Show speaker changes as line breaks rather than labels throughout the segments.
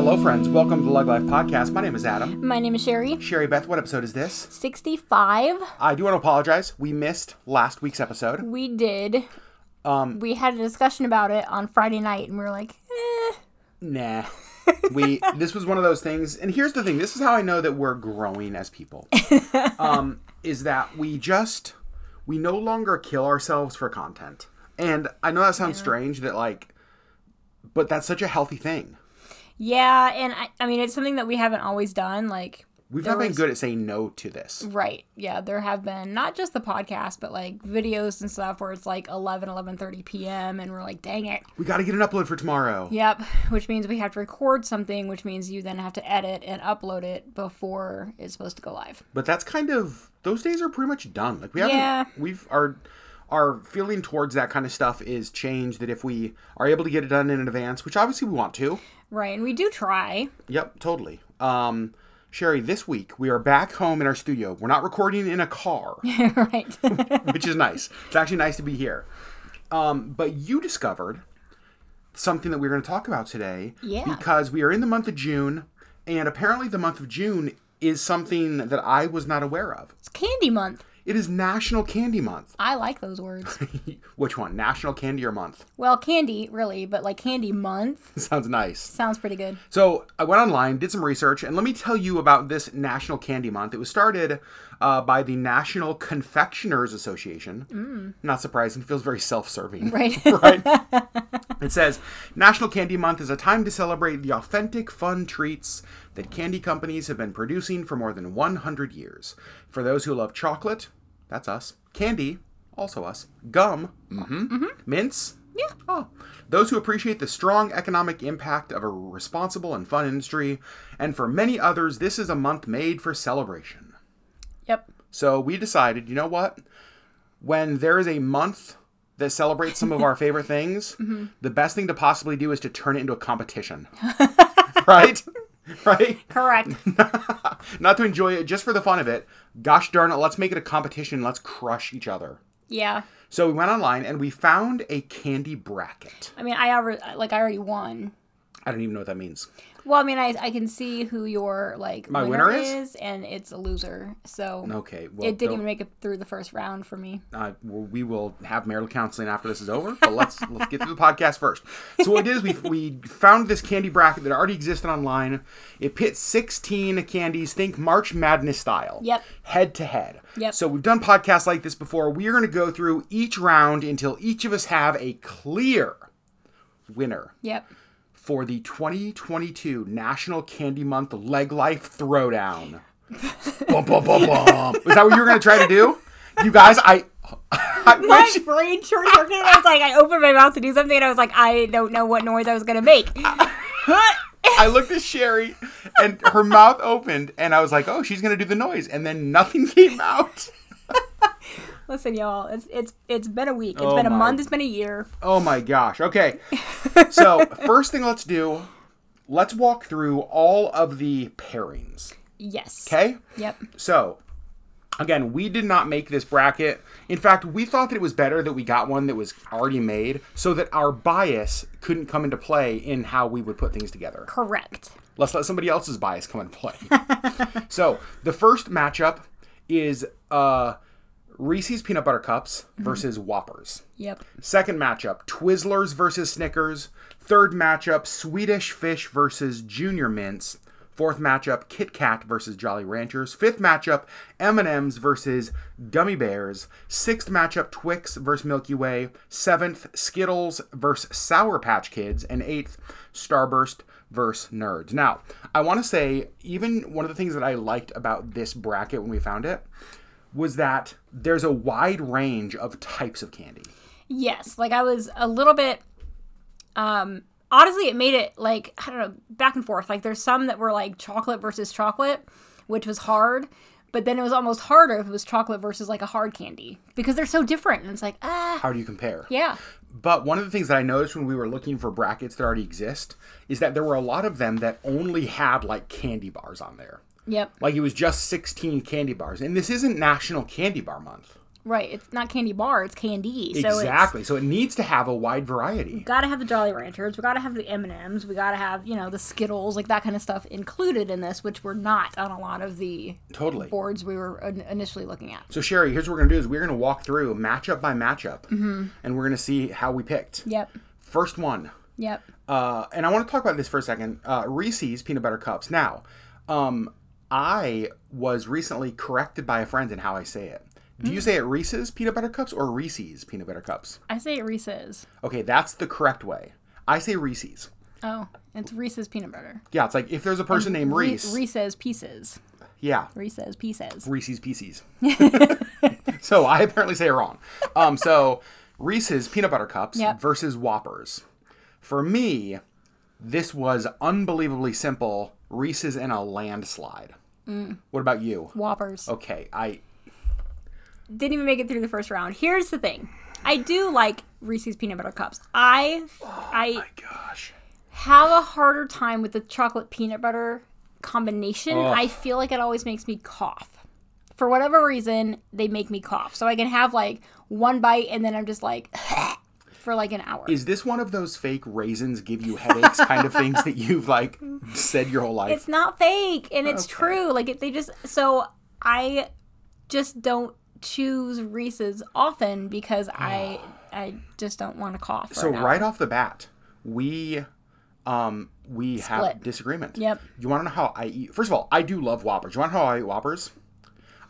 Hello, friends. Welcome to the Lug Life Podcast. My name is Adam.
My name is Sherry.
Sherry Beth, what episode is this?
65.
I do want to apologize. We missed last week's episode.
We did. Um, we had a discussion about it on Friday night, and we were like, eh.
Nah. We this was one of those things, and here's the thing. This is how I know that we're growing as people. um, is that we just we no longer kill ourselves for content. And I know that sounds strange that like but that's such a healthy thing.
Yeah, and I, I mean, it's something that we haven't always done. Like,
We've
There
not been
was-
good at saying no to this.
right. Yeah, there have been not just the podcast, but like videos and stuff where it's like 11, 11.30 p.m., and we're like, dang it.
We got to get an upload for tomorrow.
Yep. Which means we have to record something, which means you then have to edit and upload it before it's supposed to go live.
but that's kind of those days are pretty much done like we haven't
Yeah.
we've our our feeling towards that kind of stuff is changed that if we are able to get it done in advance which obviously we want to
Right. And we do try.
yep totally um sherry this week we are back home in our studio we're not recording in a car
right.
which is nice it's actually nice to be here um but you discovered something that we're going to talk about today
Yeah.
because we are in the month of june and apparently the month of june is something that i was not aware of
it's candy month.
It is National Candy Month.
I like those words.
Which one? National Candy or Month?
Well, candy, really, but like candy month
Sounds nice.
sounds pretty good.
So I went online, did some research, and let me tell you about this National Candy Month. It was started uh, by the National Confectioners Association. Not surprising. Feels very self-serving.
Right.
right? It says National Candy Month is a time to celebrate the authentic, fun treats that candy companies have been producing for more than 100 years. For those who love chocolate, that's us, candy, also us, gum, mhm, mints, yeah. Oh. Those who appreciate the strong economic impact of a responsible and fun industry, and for many others, this is a month made for celebration.
Yep.
So we decided, you know what? When there is a month that celebrates some of our favorite things,
Mm-hmm.
the best thing to possibly do is to turn it into a competition. right? Right?
Correct.
Not to enjoy it just for the fun of it. Gosh darn it, let's make it a competition. Let's crush each other.
yeah.
So we went online and we found a candy bracket.
I mean, I already like I already won.
I don't even know what that means.
Well, I mean, I I can see who your like
My winner is?
and it's a loser. So
Okay, well,
it didn't
don't-
even make it through the first round for me.
uh, we will have marital counseling after this is over. But let's let's get through the podcast first. So what we did is we we found this candy bracket that already existed online. It pits 16 candies, think March Madness style,
Yep.
head to head.
Yep.
So we've done podcasts like this before. We are going to go through each round until each of us have a clear winner
Yep.
for the 2022 National Candy Month Leg Life Throwdown. bum, bum, bum, bum. Is that what you were going to try to do? You guys, I, I
My
wish
brain short circuited. I was like, I opened my mouth to do something, and I was like, I don't know what noise I was gonna make.
I looked at Sherry and her mouth opened, and I was like, oh, she's going to do the noise. And then nothing came out.
Listen, y'all, it's it's it's been a week. It's
Oh
been a
my-
month. It's been a year.
Oh my gosh. Okay. So, first thing let's do, let's walk through all of the pairings.
Yes.
Okay?
Yep.
So, again, we did not make this bracket. In fact, we thought that it was better that we got one that was already made so that our bias couldn't come into play in how we would put things together.
Correct.
Let's let somebody else's bias come into play. so, the first matchup is uh, Reese's Peanut Butter Cups versus Whoppers.
Yep.
Second matchup, Twizzlers versus Snickers. Third matchup, Swedish Fish versus Junior Mints. Fourth matchup, Kit Kat versus Jolly Ranchers. Fifth matchup, M&M's versus Gummy Bears. Sixth matchup, Twix versus Milky Way. Seventh, Skittles versus Sour Patch Kids. And eighth, Starburst versus Nerds. Now, I want to say, even one of the things that I liked about this bracket when we found it was that there's a wide range of types of candy.
Yes, like I was a little bit um honestly it made it like I don't know, back and forth. Like there's some that were like chocolate versus chocolate, which was hard, but then it was almost harder if it was chocolate versus like a hard candy because they're so different and it's like ah
how do you compare?
yeah.
But one of the things that I noticed when we were looking for brackets that already exist is that there were a lot of them that only had like candy bars on there.
Yep.
Like it was just 16 candy bars. And this isn't National Candy Bar Month.
Right. It's not candy bar. It's candy. So it's
exactly. So it needs to have a wide variety.
gotta have the Jolly Ranchers. We gotta have the M and M's. We gotta have you know the Skittles, like that kind of stuff included in this, which were not on a lot of the
Totally.
boards we were in- initially looking at.
So Sherry, here's what we're gonna do: is we're gonna walk through matchup by matchup,
Mm-hmm.
and we're gonna see how we picked.
Yep.
First one,
Yep.
uh, and I want to talk about this for a second. Uh, Reese's peanut butter cups. Now, um, I was recently corrected by a friend in how I say it. Do
Hmm.
you say it Reese's peanut butter cups or Reese's peanut butter cups?
I say Reese's.
Okay, that's the correct way. I say Reese's.
Oh, it's Reese's peanut butter.
Yeah, it's like if there's a person named
Um, Re-
Reese.
Reese's pieces.
yeah,
Reese's pieces.
Reese's Pieces. so I apparently say it wrong. Um, so Reese's peanut butter cups
Yep.
versus Whoppers. For me, this was unbelievably simple. Reese's in a landslide. What about you?
Whoppers.
Okay, I
didn't even make it through the first round. Here's the thing. I do like Reese's peanut butter cups. I I
gosh.
have a harder time with the chocolate peanut butter combination. I feel like it always makes me cough. For whatever reason, they make me cough. So I can have like one bite and then I'm just like for like an hour.
Is this one of those fake raisins give you headaches kind of things that you've like said your whole life?
it's not fake and it's true. Like it, they just so I just don't choose Reese's often because I I just don't want to cough.
so
an hour.
right off the bat, we um we have
Split.
disagreement.
Yep.
You want to know how I eat? First of all, I do love Whoppers. You want to know how I eat Whoppers?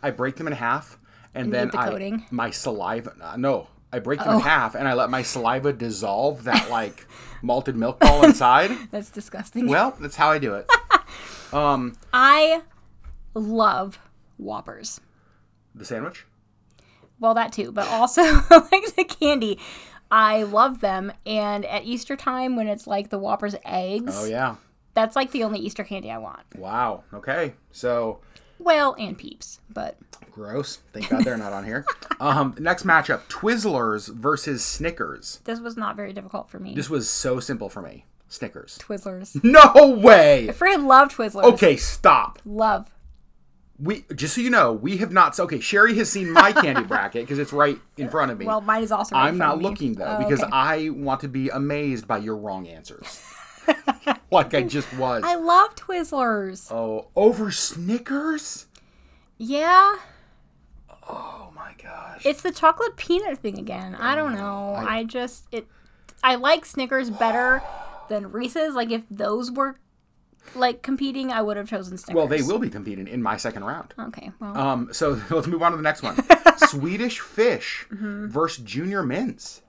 I break them in half, and, then
eat the
I
coating? Oh.
my saliva. Uh, no, I break them in half, and I let my saliva dissolve that like malted milk ball inside.
That's disgusting.
Well, that's how I do it.
I love Whoppers.
The sandwich.
Well, that too, but also like the candy. I love them. And at Easter time, when it's like the Whoppers eggs,
Oh yeah.
that's like the only Easter candy I want.
Wow. Okay. So
Well, and peeps, but
gross. Thank God they're not on here. Um, next matchup: Twizzlers versus Snickers.
this was not very difficult for me.
This was so simple for me. Snickers.
Twizzlers.
No way.
Fred love Twizzlers.
Okay, stop.
Love.
We just so you know, we have not. Okay, Sherry has seen my candy bracket because it's right in front of me.
Well, mine is also. right in
I'm
front
not
of me.
looking though
Oh,
because
okay.
I want to be amazed by your wrong answers, like I just was.
I love Twizzlers.
oh, over Snickers?
Yeah,
Oh my gosh!
it's the chocolate peanut thing again. I don't know. I, just it. I like Snickers better than Reese's. Like if those were like competing, I would have chosen Snickers.
well, they will be competing in my second round.
Okay. Well,
Um, so let's move on to the next one: Swedish Fish
Mm-hmm.
versus Junior Mints.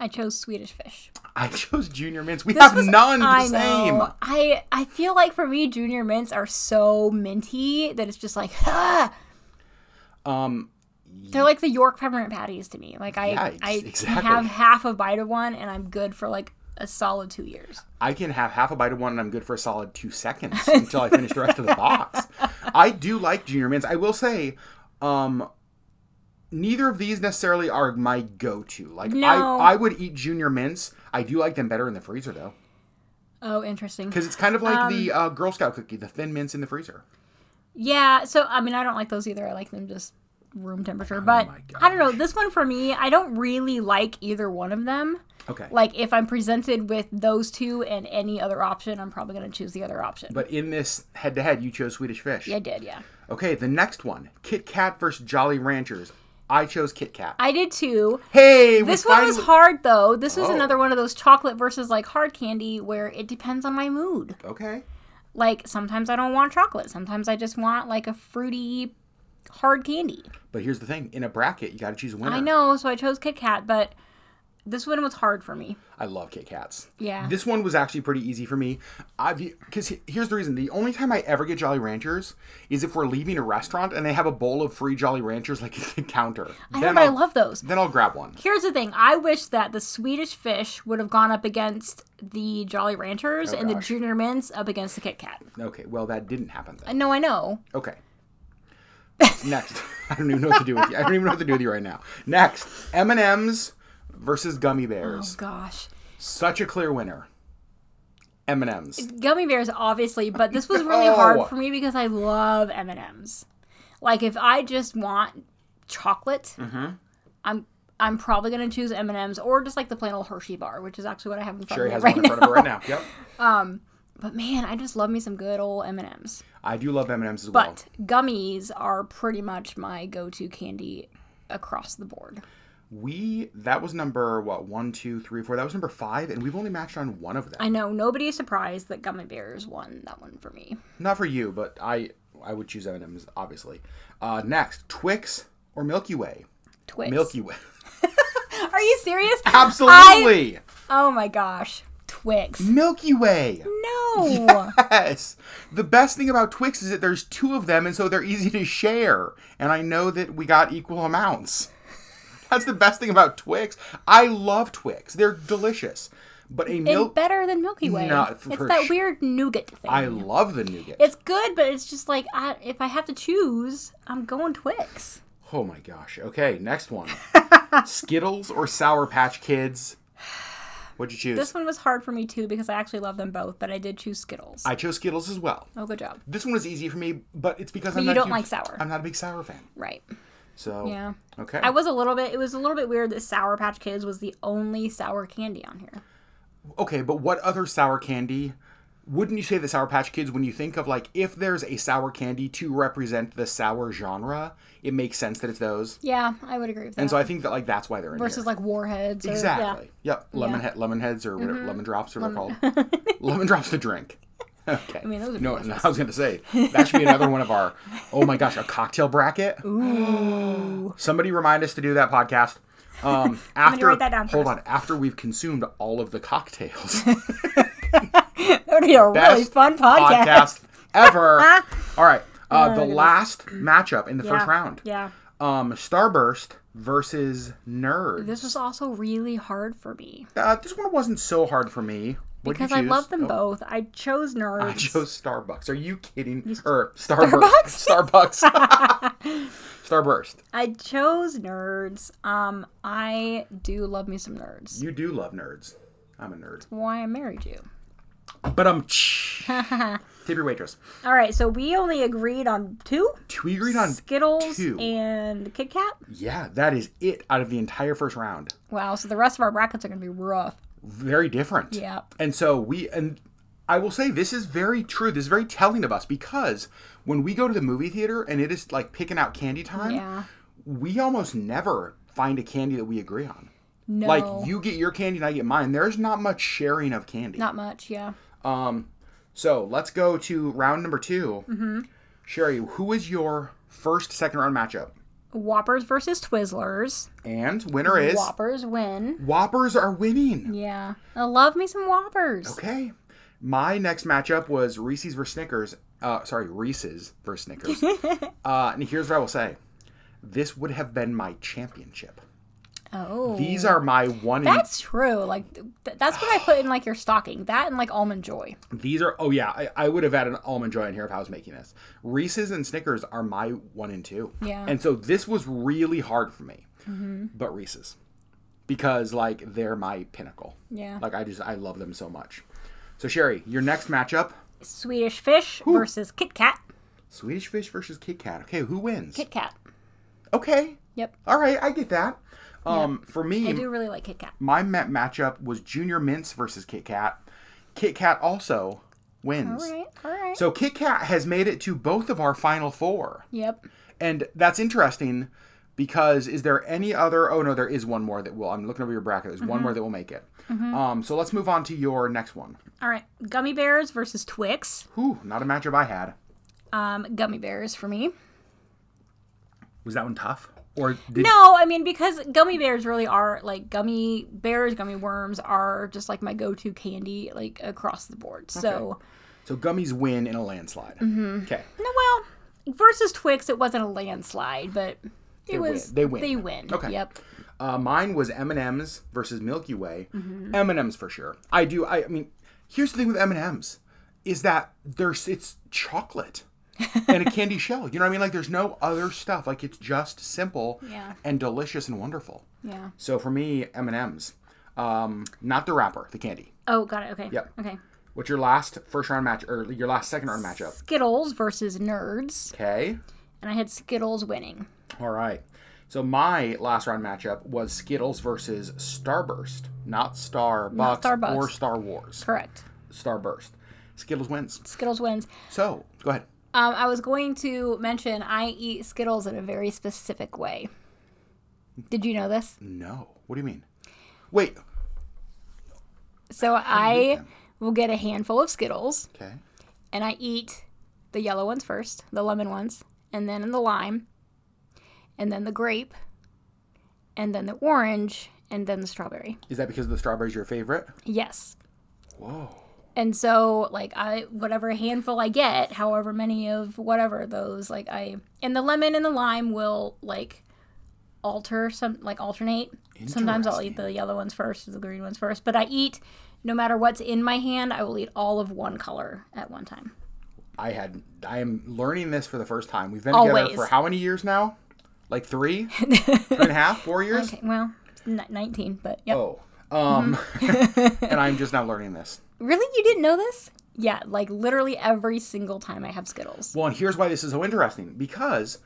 I chose Swedish Fish.
I chose Junior Mints. We have none the
I
same.
know. I I feel like for me, Junior Mints are so minty that it's just like. ah!
Um,
They're like the York peppermint patties to me. Like I,
Yeah, ex-
I
exactly.
have half a bite of one, and I'm good for like a solid two years.
I can have half a bite of one and I'm good for a solid two seconds until I finish the rest of the box. I do like Junior Mints. I will say, um, neither of these necessarily are my go to. Like,
No.
I, I would eat Junior Mints. I do like them better in the freezer, though,
Oh, interesting.
because it's kind of like the
Um,
uh, Girl Scout cookie, the thin mints in the freezer.
Yeah, so I mean, I don't like those either. I like them just room temperature,
Oh
but I don't know. This one for me, I don't really like either one of them.
Okay.
Like if I'm presented with those two and any other option, I'm probably going to choose the other option.
but in this head to head, you chose Swedish Fish.
I did, yeah.
Okay, the next one Kit Kat versus Jolly Ranchers. I chose Kit Kat.
I did too.
hey, we
This one was
finally-
hard though. This was
Oh.
another one of those chocolate versus like hard candy where it depends on my mood.
Okay.
Like sometimes I don't want chocolate. Sometimes I just want like a fruity hard candy.
But here's the thing in a bracket, you got to choose a winner.
I know, so I chose Kit Kat, but this one was hard for me.
I love Kit Kats.
Yeah.
This one was actually pretty easy for me. I because here's the reason: the only time I ever get Jolly Ranchers is if we're leaving a restaurant and they have a bowl of free Jolly Ranchers like at the counter.
I know,
then
but I
I'll-
love those.
Then I'll grab one.
Here's the thing. I wish that the Swedish fish would have gone up against the Jolly Ranchers and the
Oh, gosh.
Junior Mints up against the Kit Kat.
Okay. Well, that didn't happen then.
No, I know.
Okay. Next, I don't even know what to do with you. I don't even know what to do with you right now. Next, M and M's versus gummy
Oh
bears.
gosh.
Such a clear winner. M and M's.
Gummy bears obviously, but this
Oh.
was really
No.
hard for me because I love M&Ms. Like if I just want chocolate,
Mm-hmm.
I'm I'm probably gonna choose M and M's or just like the plain old Hershey bar, which is actually what I have in front
Sherry has
of me right
one in
now.
front of her right now. Yep.
But man, I just love me some good old M and M's.
I do love M&M's as well.
But gummies are pretty much my go-to candy across the board.
We that was number what one, two, three, four. That was number five, and we've only matched on one of them.
I know nobody is surprised that gummy bears won that one for me.
Not for you, but I I would choose M&M's obviously. Uh, next, Twix or Milky Way.
Twix.
Milky Way.
Are you serious?
Absolutely.
Oh my gosh, Twix.
Milky Way.
No.
Yes. The best thing about Twix is that there's two of them, and so they're easy to share. And I know that we got equal amounts. That's the best thing about Twix. I love Twix. They're delicious. But a
And
milk,
better than Milky Way.
No,
it's
for
that
sh-
weird nougat thing.
I love the nougat.
it's good, but it's just like I, if I have to choose, I'm going Twix.
Oh my gosh. Okay, next one. Skittles or Sour Patch Kids? What'd you choose?
This one was hard for me too because I actually love them both, but I did choose Skittles.
I chose Skittles as well.
oh, good job.
This one was easy for me, but it's because I'm
you
not a
don't
huge-
like sour.
I'm not a big sour fan.
Right.
So
Yeah.
Okay.
I was a little bit. It was a little bit weird that Sour Patch Kids was the only sour candy on here.
okay, but what other sour candy? Wouldn't you say the Sour Patch Kids when you think of like if there's a sour candy to represent the sour genre, it makes sense that it's those.
Yeah, I would agree with that.
And so I think that like that's why they're in here.
Versus like warheads. Or,
Exactly. Yep. Lemon he- lemon heads or
Mm-hmm.
whatever, lemon drops or they're called. lemon drops to drink. Okay. I
mean, those are
no, no, I was going to say that should be another one of our. Oh my gosh, a cocktail bracket. Ooh. Somebody remind us to do that podcast. Um, after
write that down
hold
first.
on, after we've consumed all of the cocktails.
Yeah. That would be a really
Best
fun podcast.
ever. all right. Uh, the last matchup in the
Yeah.
first round.
Yeah.
Um, Starburst versus Nerd.
This was also really hard for me
Uh, this one wasn't so hard for me. What did you
because I
choose?
love them
Oh,
both. I chose nerds.
I chose Starbucks. Are you kidding? or Starburst.
Starbucks?
Starbucks. Starburst.
I chose nerds. Um, I do love me some nerds.
You do love nerds. I'm a nerd.
Why I married you.
But I'm. Tip your waitress.
All right, so we only agreed on two
We agreed on.
Skittles
two.
and Kit Kat.
Yeah, that is it out of the entire first round.
Wow, so the rest of our brackets are gonna be rough.
very different.
Yeah.
And so we and I will say this is very true. This is very telling of us because when we go to the movie theater and it is like picking out candy time,
Yeah.
we almost never find a candy that we agree on.
No,
Like you get your candy and I get mine. There's not much sharing of candy.
not much. Yeah.
So let's go to round number 2 Mm-hmm. Sherry, who is your first second round matchup?
Whoppers versus Twizzlers.
And winner is
Whoppers win.
Whoppers are winning.
Yeah, I love me some Whoppers.
Okay. My next matchup was Reese's versus Snickers. Uh, sorry, Reese's versus Snickers. uh, and here's what I will say: this would have been my championship.
Oh,
These are my one. And,
that's true. Like th- th- that's what I put in like your stocking. That and like almond joy.
these are. Oh yeah, I, I would have had an almond joy in here if I was making this. Reese's and Snickers are my one and two.
Yeah. Mm-hmm.
And so this was really hard for me, but Reese's, because like they're my pinnacle.
Yeah.
Like I just I love them so much. So Sherry, your next matchup:
Swedish Fish versus Kit Kat.
Swedish Fish versus Kit Kat. Okay, who wins?
Kit Kat.
okay.
Yep.
All right, I get that. Um, For
I
me,
do really like Kit Kat.
my ma- matchup was Junior Mints versus Kit Kat. Kit Kat also wins.
All right. All right.
So Kit Kat has made it to both of our final four.
yep.
And that's interesting because is there any other? Oh, no, there is one more that will. I'm looking over your bracket. There's one more that will make it. Um, so let's move on to your next one.
All right. Gummy bears versus Twix.
Whew, not a matchup I had.
Um, gummy bears for me.
Was that one tough? Or did.
No, I mean because gummy bears really are like gummy bears, gummy worms are just like my go-to candy like across the board. So,
So gummies win in a landslide. Okay.
no, well, versus Twix, it wasn't a landslide, but it was
win. They win.
They win.
Okay.
Yep.
Uh, mine was M and M's versus Milky Way.
Mm-hmm.
M and M's for sure. I do. I, I mean, here's the thing with M and M's is that there's it's chocolate and a candy shell. You know what I mean? Like there's no other stuff. Like it's just simple
Yeah.
and delicious and wonderful.
Yeah.
So for me, M and M's, um, not the wrapper, the candy.
Oh, got it. Okay.
Yep.
Okay.
What's your last first round match or your last second round matchup?
Skittles versus Nerds,
Okay.
and I had Skittles winning.
All right. So my last round matchup was Skittles versus Starburst, not Starbucks,
Not Starbucks.
or Star Wars.
Correct.
Starburst. Skittles wins.
Skittles wins.
So go ahead.
Um, I was going to mention I eat Skittles in a very specific way. Did you know this?
No. What do you mean? Wait.
So I will get a handful of Skittles
Okay.
and I eat the yellow ones first, the lemon ones, and then the lime, and then the grape, and then the orange, and then the strawberry.
Is that because the strawberry's your favorite?
Yes.
Whoa.
And so like I whatever handful I get, however many of whatever those like I and the lemon and the lime will like alter some like alternate. Sometimes I'll eat the yellow ones first, the green ones first, but I eat no matter what's in my hand, I will eat all of one color at one time.
I had. I am learning this for the first time. We've been
Always.
together for how many years now? Like three, three and a half, four years.
Okay, well, n- 19, but yep.
Oh. Um.
Mm-hmm.
and I'm just now learning this.
Really? You didn't know this? Yeah, like literally every single time I have Skittles.
Well, and here's why this is so interesting because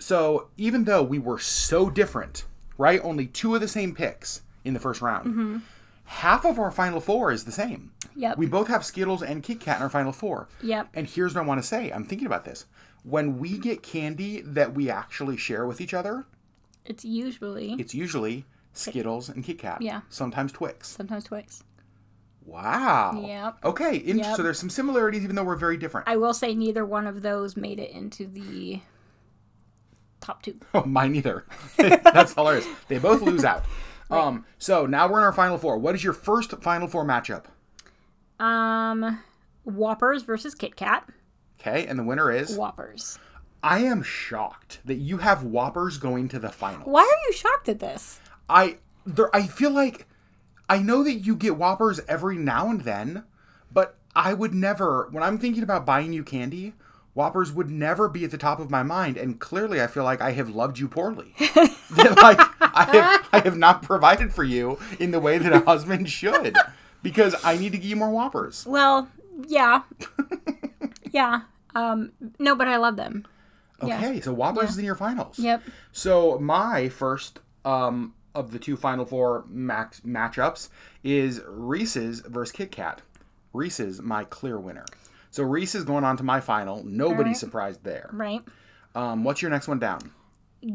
so even though we were so different, right? Only two of the same picks in the first round. Half of our final four is the same.
Mm-hmm. Yep.
We both have Skittles and Kit Kat in our final four.
Yep.
And here's what I want to say. I'm thinking about this. When we get candy that we actually share with each other,
It's usually
it's usually Skittles and Kit Kat.
Yeah.
Sometimes Twix.
sometimes Twix.
Wow.
Yep.
Okay. In-
Yep.
So there's some similarities, even though we're very different.
I will say neither one of those made it into the top two.
Oh, mine either. That's hilarious. They both lose out. Um, so now we're in our final four. What is your first final four matchup?
Um, Whoppers versus Kit Kat.
Okay, and the winner is.
Whoppers.
I am shocked that you have Whoppers going to the final.
Why are you shocked at this?
I there. I feel like I know that you get Whoppers every now and then, but I would never. When I'm thinking about buying you candy, Whoppers would never be at the top of my mind. And clearly, I feel like I have loved you poorly. that, like I have, I have not provided for you in the way that a husband should, because I need to give you more Whoppers.
Well, yeah. yeah. Um, no, but I love them. Yeah.
Okay, so Whoppers is in your finals.
Yep.
So my first um, of the two Final Four max matchups is Reese's versus Kit Kat. Reese's my clear winner. So Reese is going on to my final. Nobody's
right.
surprised there.
Right.
Um, what's your next one down?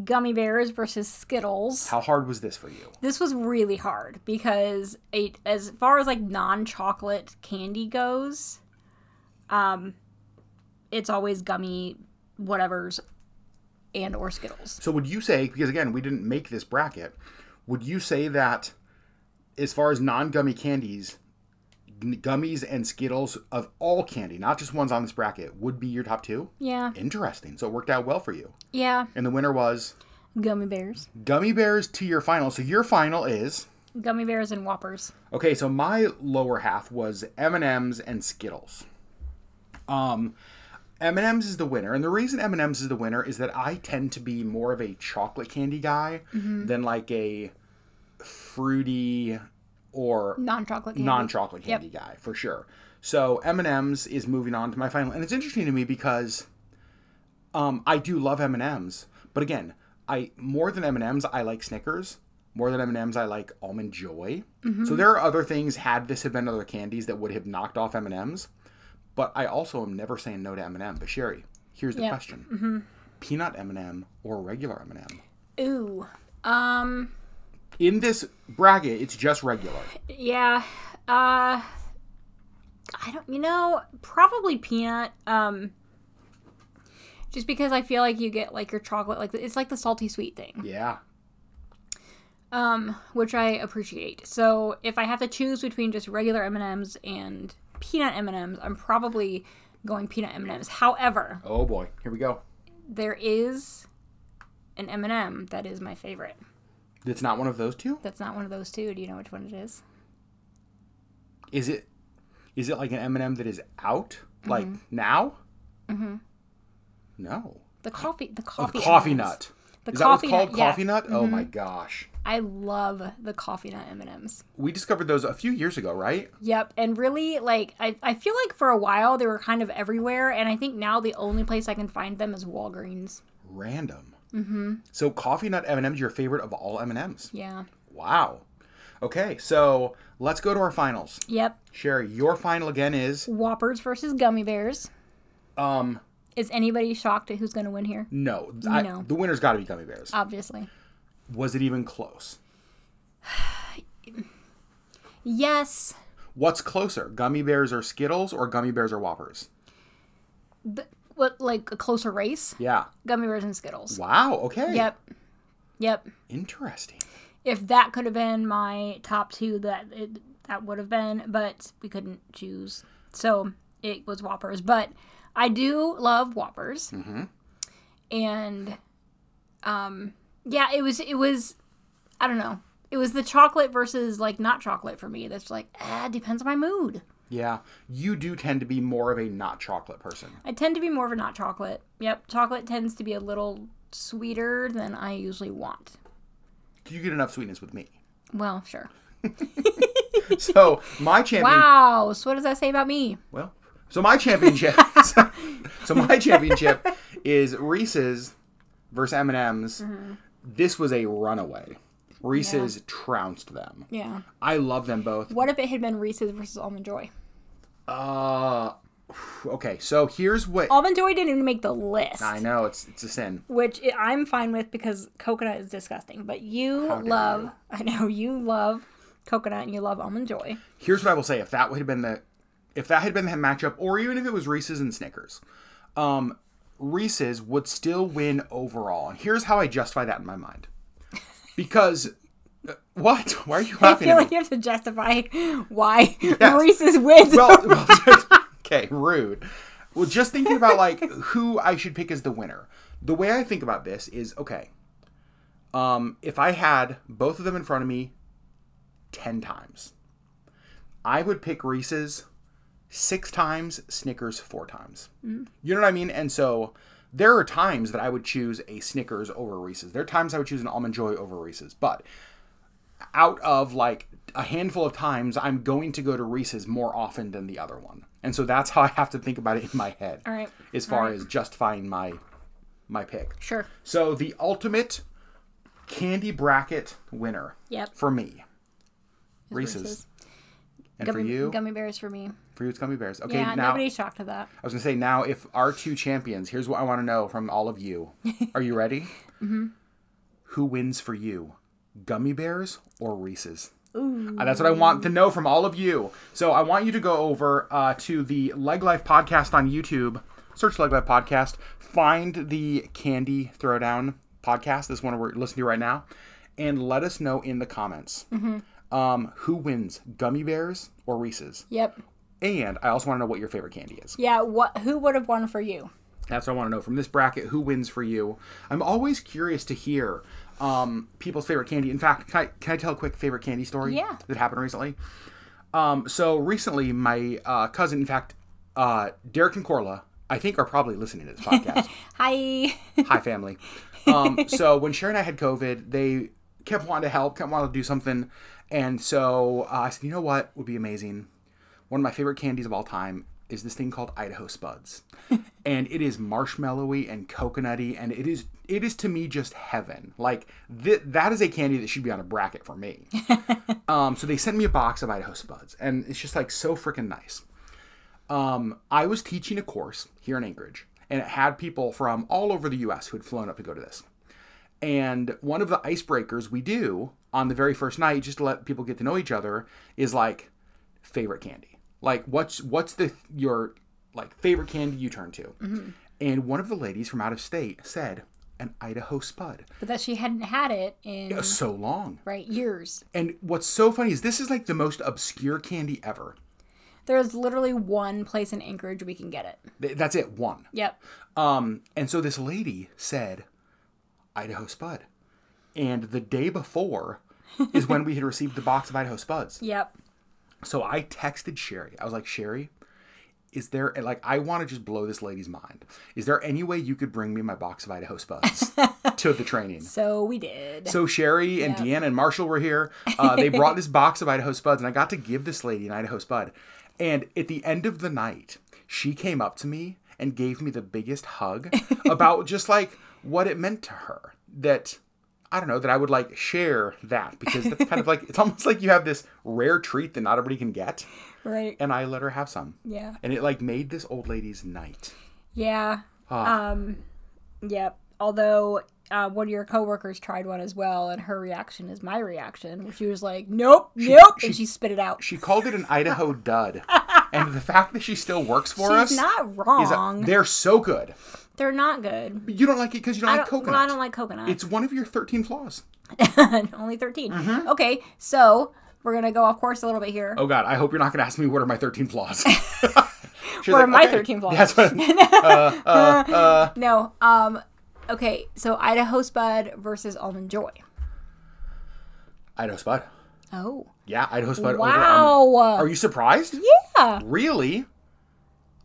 Gummy bears versus Skittles.
How hard was this for you?
This was really hard because it, as far as like non-chocolate candy goes, um, it's always gummy whatever's and or Skittles.
So would you say because again we didn't make this bracket? Would you say that as far as non-gummy candies, n- gummies and Skittles of all candy, not just ones on this bracket, would be your top two?
Yeah.
Interesting. So it worked out well for you.
Yeah.
And the winner was
Gummy bears.
gummy bears to your final. So your final is
Gummy bears and whoppers.
okay. So my lower half was M and M's and Skittles. Um, M and M's is the winner, and the reason M and M's is the winner is that I tend to be more of a chocolate candy guy than like a fruity or
Non-chocolate candy.
non-chocolate candy guy for sure. So M and M's is moving on to my final, and it's interesting to me because um, I do love M and M's, but again, I more than M and M's, I like Snickers. More than M and M's, I like Almond Joy.
Mm-hmm.
So there are other things. Had this have been other candies, that would have knocked off M and M's. But I also am never saying no to M and M. But Sherry, here's the
Yeah. Mm-hmm.
question: peanut M and m or regular M and m
Ooh. Um.
In this bracket, it's just regular.
Yeah. Uh. I don't. You know, probably peanut. Um. Just because I feel like you get like your chocolate, like it's like the salty sweet thing,
Yeah.
um, which I appreciate. So if I have to choose between just regular M and M's and peanut M and M's, I'm probably going peanut M and M's. However,
Oh boy, here we go.
there is an M and m that is my favorite.
It's not one of those two.
That's not one of those two. Do you know which one it is?
is it is it like an M&M that is out like now? Mm-hmm. No.
The coffee, the
A
Mm-hmm. coffee,
oh, coffee
M&Ms.
nut.
The
is that what's
coffee
called?
nut, yeah. Mm-hmm.
Coffee nut? Oh my gosh.
I love the coffee nut M and M's.
We discovered those a few years ago, right?
Yep, and really, like I, I feel like for a while they were kind of everywhere, and I think now the only place I can find them is Walgreens.
Random.
Mm-hmm.
So coffee nut M&Ms your favorite of all M&Ms.
Yeah.
Wow. Okay, so let's go to our finals.
Yep.
Sherry, your final again is
Whoppers versus gummy bears.
um
Is anybody shocked at who's going to win here?
no, I-
No.
the winner's got to be gummy bears.
Obviously.
Was it even close?
Yes.
What's closer, gummy bears or Skittles or gummy bears or Whoppers?
But, what like a closer race?
Yeah.
Gummy bears and Skittles.
Wow. Okay.
Yep. Yep.
Interesting.
If that could have been my top two, that it, that would have been, but we couldn't choose, so it was Whoppers. But I do love Whoppers, and um, yeah, it was it was, I don't know, it was the chocolate versus like not chocolate for me. That's like ah, depends on my mood.
Yeah. You do tend to be more of a not chocolate person.
I tend to be more of a not chocolate. Yep, chocolate tends to be a little sweeter than I usually want.
You get enough sweetness with me.
Well, sure.
So my champion.
Wow. So what does that say about me?
Well, so my championship. so my championship is Reese's versus M and M's. This was a runaway. Reese's trounced them.
Yeah.
I love them both.
What if it had been Reese's versus Almond Joy?
Uh, okay. So here's what
Almond Joy didn't even make the list,
I know. It's it's a sin.
which i- I'm fine with because coconut is disgusting. But you
dare
love, I know you love coconut and you love Almond Joy.
here's what I will say: if that would have been the, if that had been the matchup, or even if it was Reese's and Snickers, um, Reese's would still win overall. And here's how I justify that in my mind, because uh, what? Why are you
I
laughing?
feel
At me?
like you have to justify why Reese's wins.
well, well, just- okay, rude. Well, just thinking about like who I should pick as the winner. The way I think about this is okay. Um, if I had both of them in front of me ten times, I would pick Reese's six times, Snickers four times.
Mm-hmm.
You know what I mean? And so there are times that I would choose a Snickers over Reese's. There are times I would choose an almond joy over Reese's, but out of like a handful of times, I'm going to go to Reese's more often than the other one, and so that's how I have to think about it in my head,
All right.
as far as justifying my my pick.
Sure.
So the ultimate candy bracket winner,
Yep.
for me, Reese's,
Reese's.
and
Gummy,
for you,
gummy bears for me.
for you, it's gummy bears. Okay,
Yeah,
now
nobody's shocked at that.
I was gonna say now if our two champions, here's what I want to know from all of you. Are you ready? mm-hmm. Who wins for you, gummy bears or Reese's? Uh, That's what I want to know from all of you. So I want you to go over uh, to the Leg Life podcast on YouTube. Search Leg Life podcast. Find the Candy Throwdown podcast. This one we're listening to right now, and let us know in the comments um, who wins, gummy bears or Reese's.
Yep.
And I also want to know what your favorite candy is.
Yeah. What? Who would have won for you?
That's what I want to know from this bracket. Who wins for you? I'm always curious to hear um, people's favorite candy. In fact, can I, can I tell a quick favorite candy story?
Yeah.
That happened recently. Um, so recently, my uh, cousin, in fact, uh, Derek and Corla, I think are probably listening to this podcast.
Hi.
Hi, family. Um, so when Sharon and I had COVID, they kept wanting to help, kept wanting to do something, and so uh, I said, you know what would be amazing? One of my favorite candies of all time is this thing called Idaho Spuds, and it is marshmallowy and coconutty, and it is it is to me just heaven. Like th- that is a candy that should be on a bracket for me. um, so they sent me a box of Idaho Spuds, and it's just like so freaking nice um, I was teaching a course here in Anchorage, and it had people from all over the U.S. who had flown up to go to this. And one of the icebreakers we do on the very first night, just to let people get to know each other, is like favorite candy. Like what's what's the your like favorite candy you turn to? And one of the ladies from out of state said an Idaho Spud.
But that she hadn't had it in
So long.
right years.
And what's so funny is this is like the most obscure candy ever.
There's literally one place in Anchorage we can get it.
Th- That's it. One.
Yep.
Um, and so this lady said, Idaho Spud. And the day before is when we had received the box of Idaho Spuds.
Yep.
So I texted Sherry. I was like, Sherry, is there, and, like, I want to just blow this lady's mind. Is there any way you could bring me my box of Idaho Spuds to the training?
So we did.
So Sherry and Deanna and Marshall were here. Uh, they brought this box of Idaho Spuds, and I got to give this lady an Idaho Spud. And at the end of the night, she came up to me and gave me the biggest hug about just like what it meant to her. That I don't know that I would like share that because that's kind of like it's almost like you have this rare treat that not everybody can get,
Right.
and I let her have some,
Yeah.
and it like made this old lady's night.
Yeah. Um. Yep. Although uh, one of your coworkers tried one as well, and her reaction is my reaction, where she was like, "Nope, nope," and she spit it out.
She called it an Idaho dud, and the fact that she still works for us
She's not
is a-
wrong.
they're so good.
They're not good.
You don't like it because you don't
I
like
don't,
coconut.
well, I don't like coconut.
It's one of your thirteen flaws.
Only 13 Okay, so we're gonna go off course a little bit here.
Mm-hmm. Oh God, I hope you're not going to ask me what are my 13 flaws. what
are my 13 flaws?
That's what,
No. Um. Okay, so Idaho Spud versus Almond Joy.
Idaho Spud.
Oh.
Yeah, Idaho Spud. Over almond.
Wow.
Are you surprised?
yeah.
Really?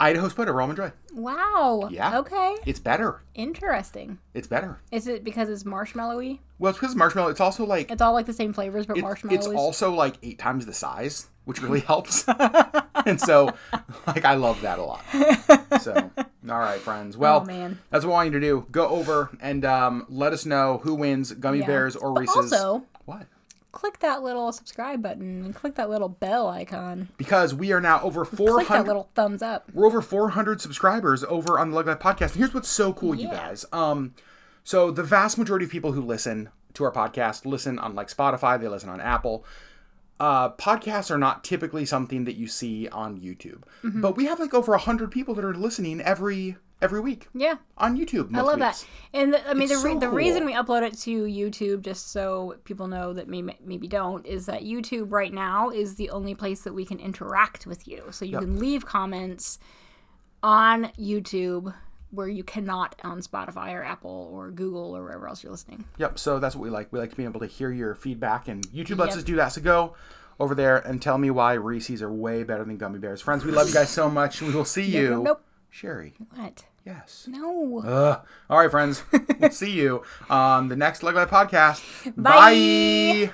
Idaho Spud or Almond Joy?
Wow.
Yeah.
Okay.
It's better.
Interesting.
It's better.
Is it because it's marshmallowy?
Well, it's because marshmallow. It's also like
It's all like the same flavors, but
it's,
marshmallows.
it's also like eight times the size, which really helps. and so, like, I love that a lot. So, all right, friends. Well,
Oh, man.
that's what I want you to do. Go over and um, let us know who wins, gummy
Yeah.
bears or
But
Reese's.
also-
what?
click that little subscribe button and click that little bell icon.
because we are now over
Click that
400
little thumbs up.
we're over 400 subscribers over on the Lug Life podcast and here's what's so cool you
Yeah.
guys um so the vast majority of people who listen to our podcast listen on like spotify they listen on apple uh, podcasts are not typically something that you see on youtube
Mm-hmm.
but we have like over 100 people that are listening every every week
Yeah.
on youtube
I love that. And the, I mean, the,
It's
re-
so
the
cool.
reason we upload it to YouTube, just so people know that maybe, maybe don't, is that YouTube right now is the only place that we can interact with you. So you can leave comments on YouTube where you cannot on Spotify or Apple or Google or wherever else you're listening.
Yep. So that's what we like. We like to be able to hear your feedback, and YouTube lets
Yep.
us do that. So go over there and tell me why Reese's are way better than gummy bears. Friends, we love you guys so much. We will see you.
nope, nope.
Sherry.
What?
Yes.
No.
Ugh. All right, friends. we'll see you on the next Leg Life podcast.
Bye.
Bye.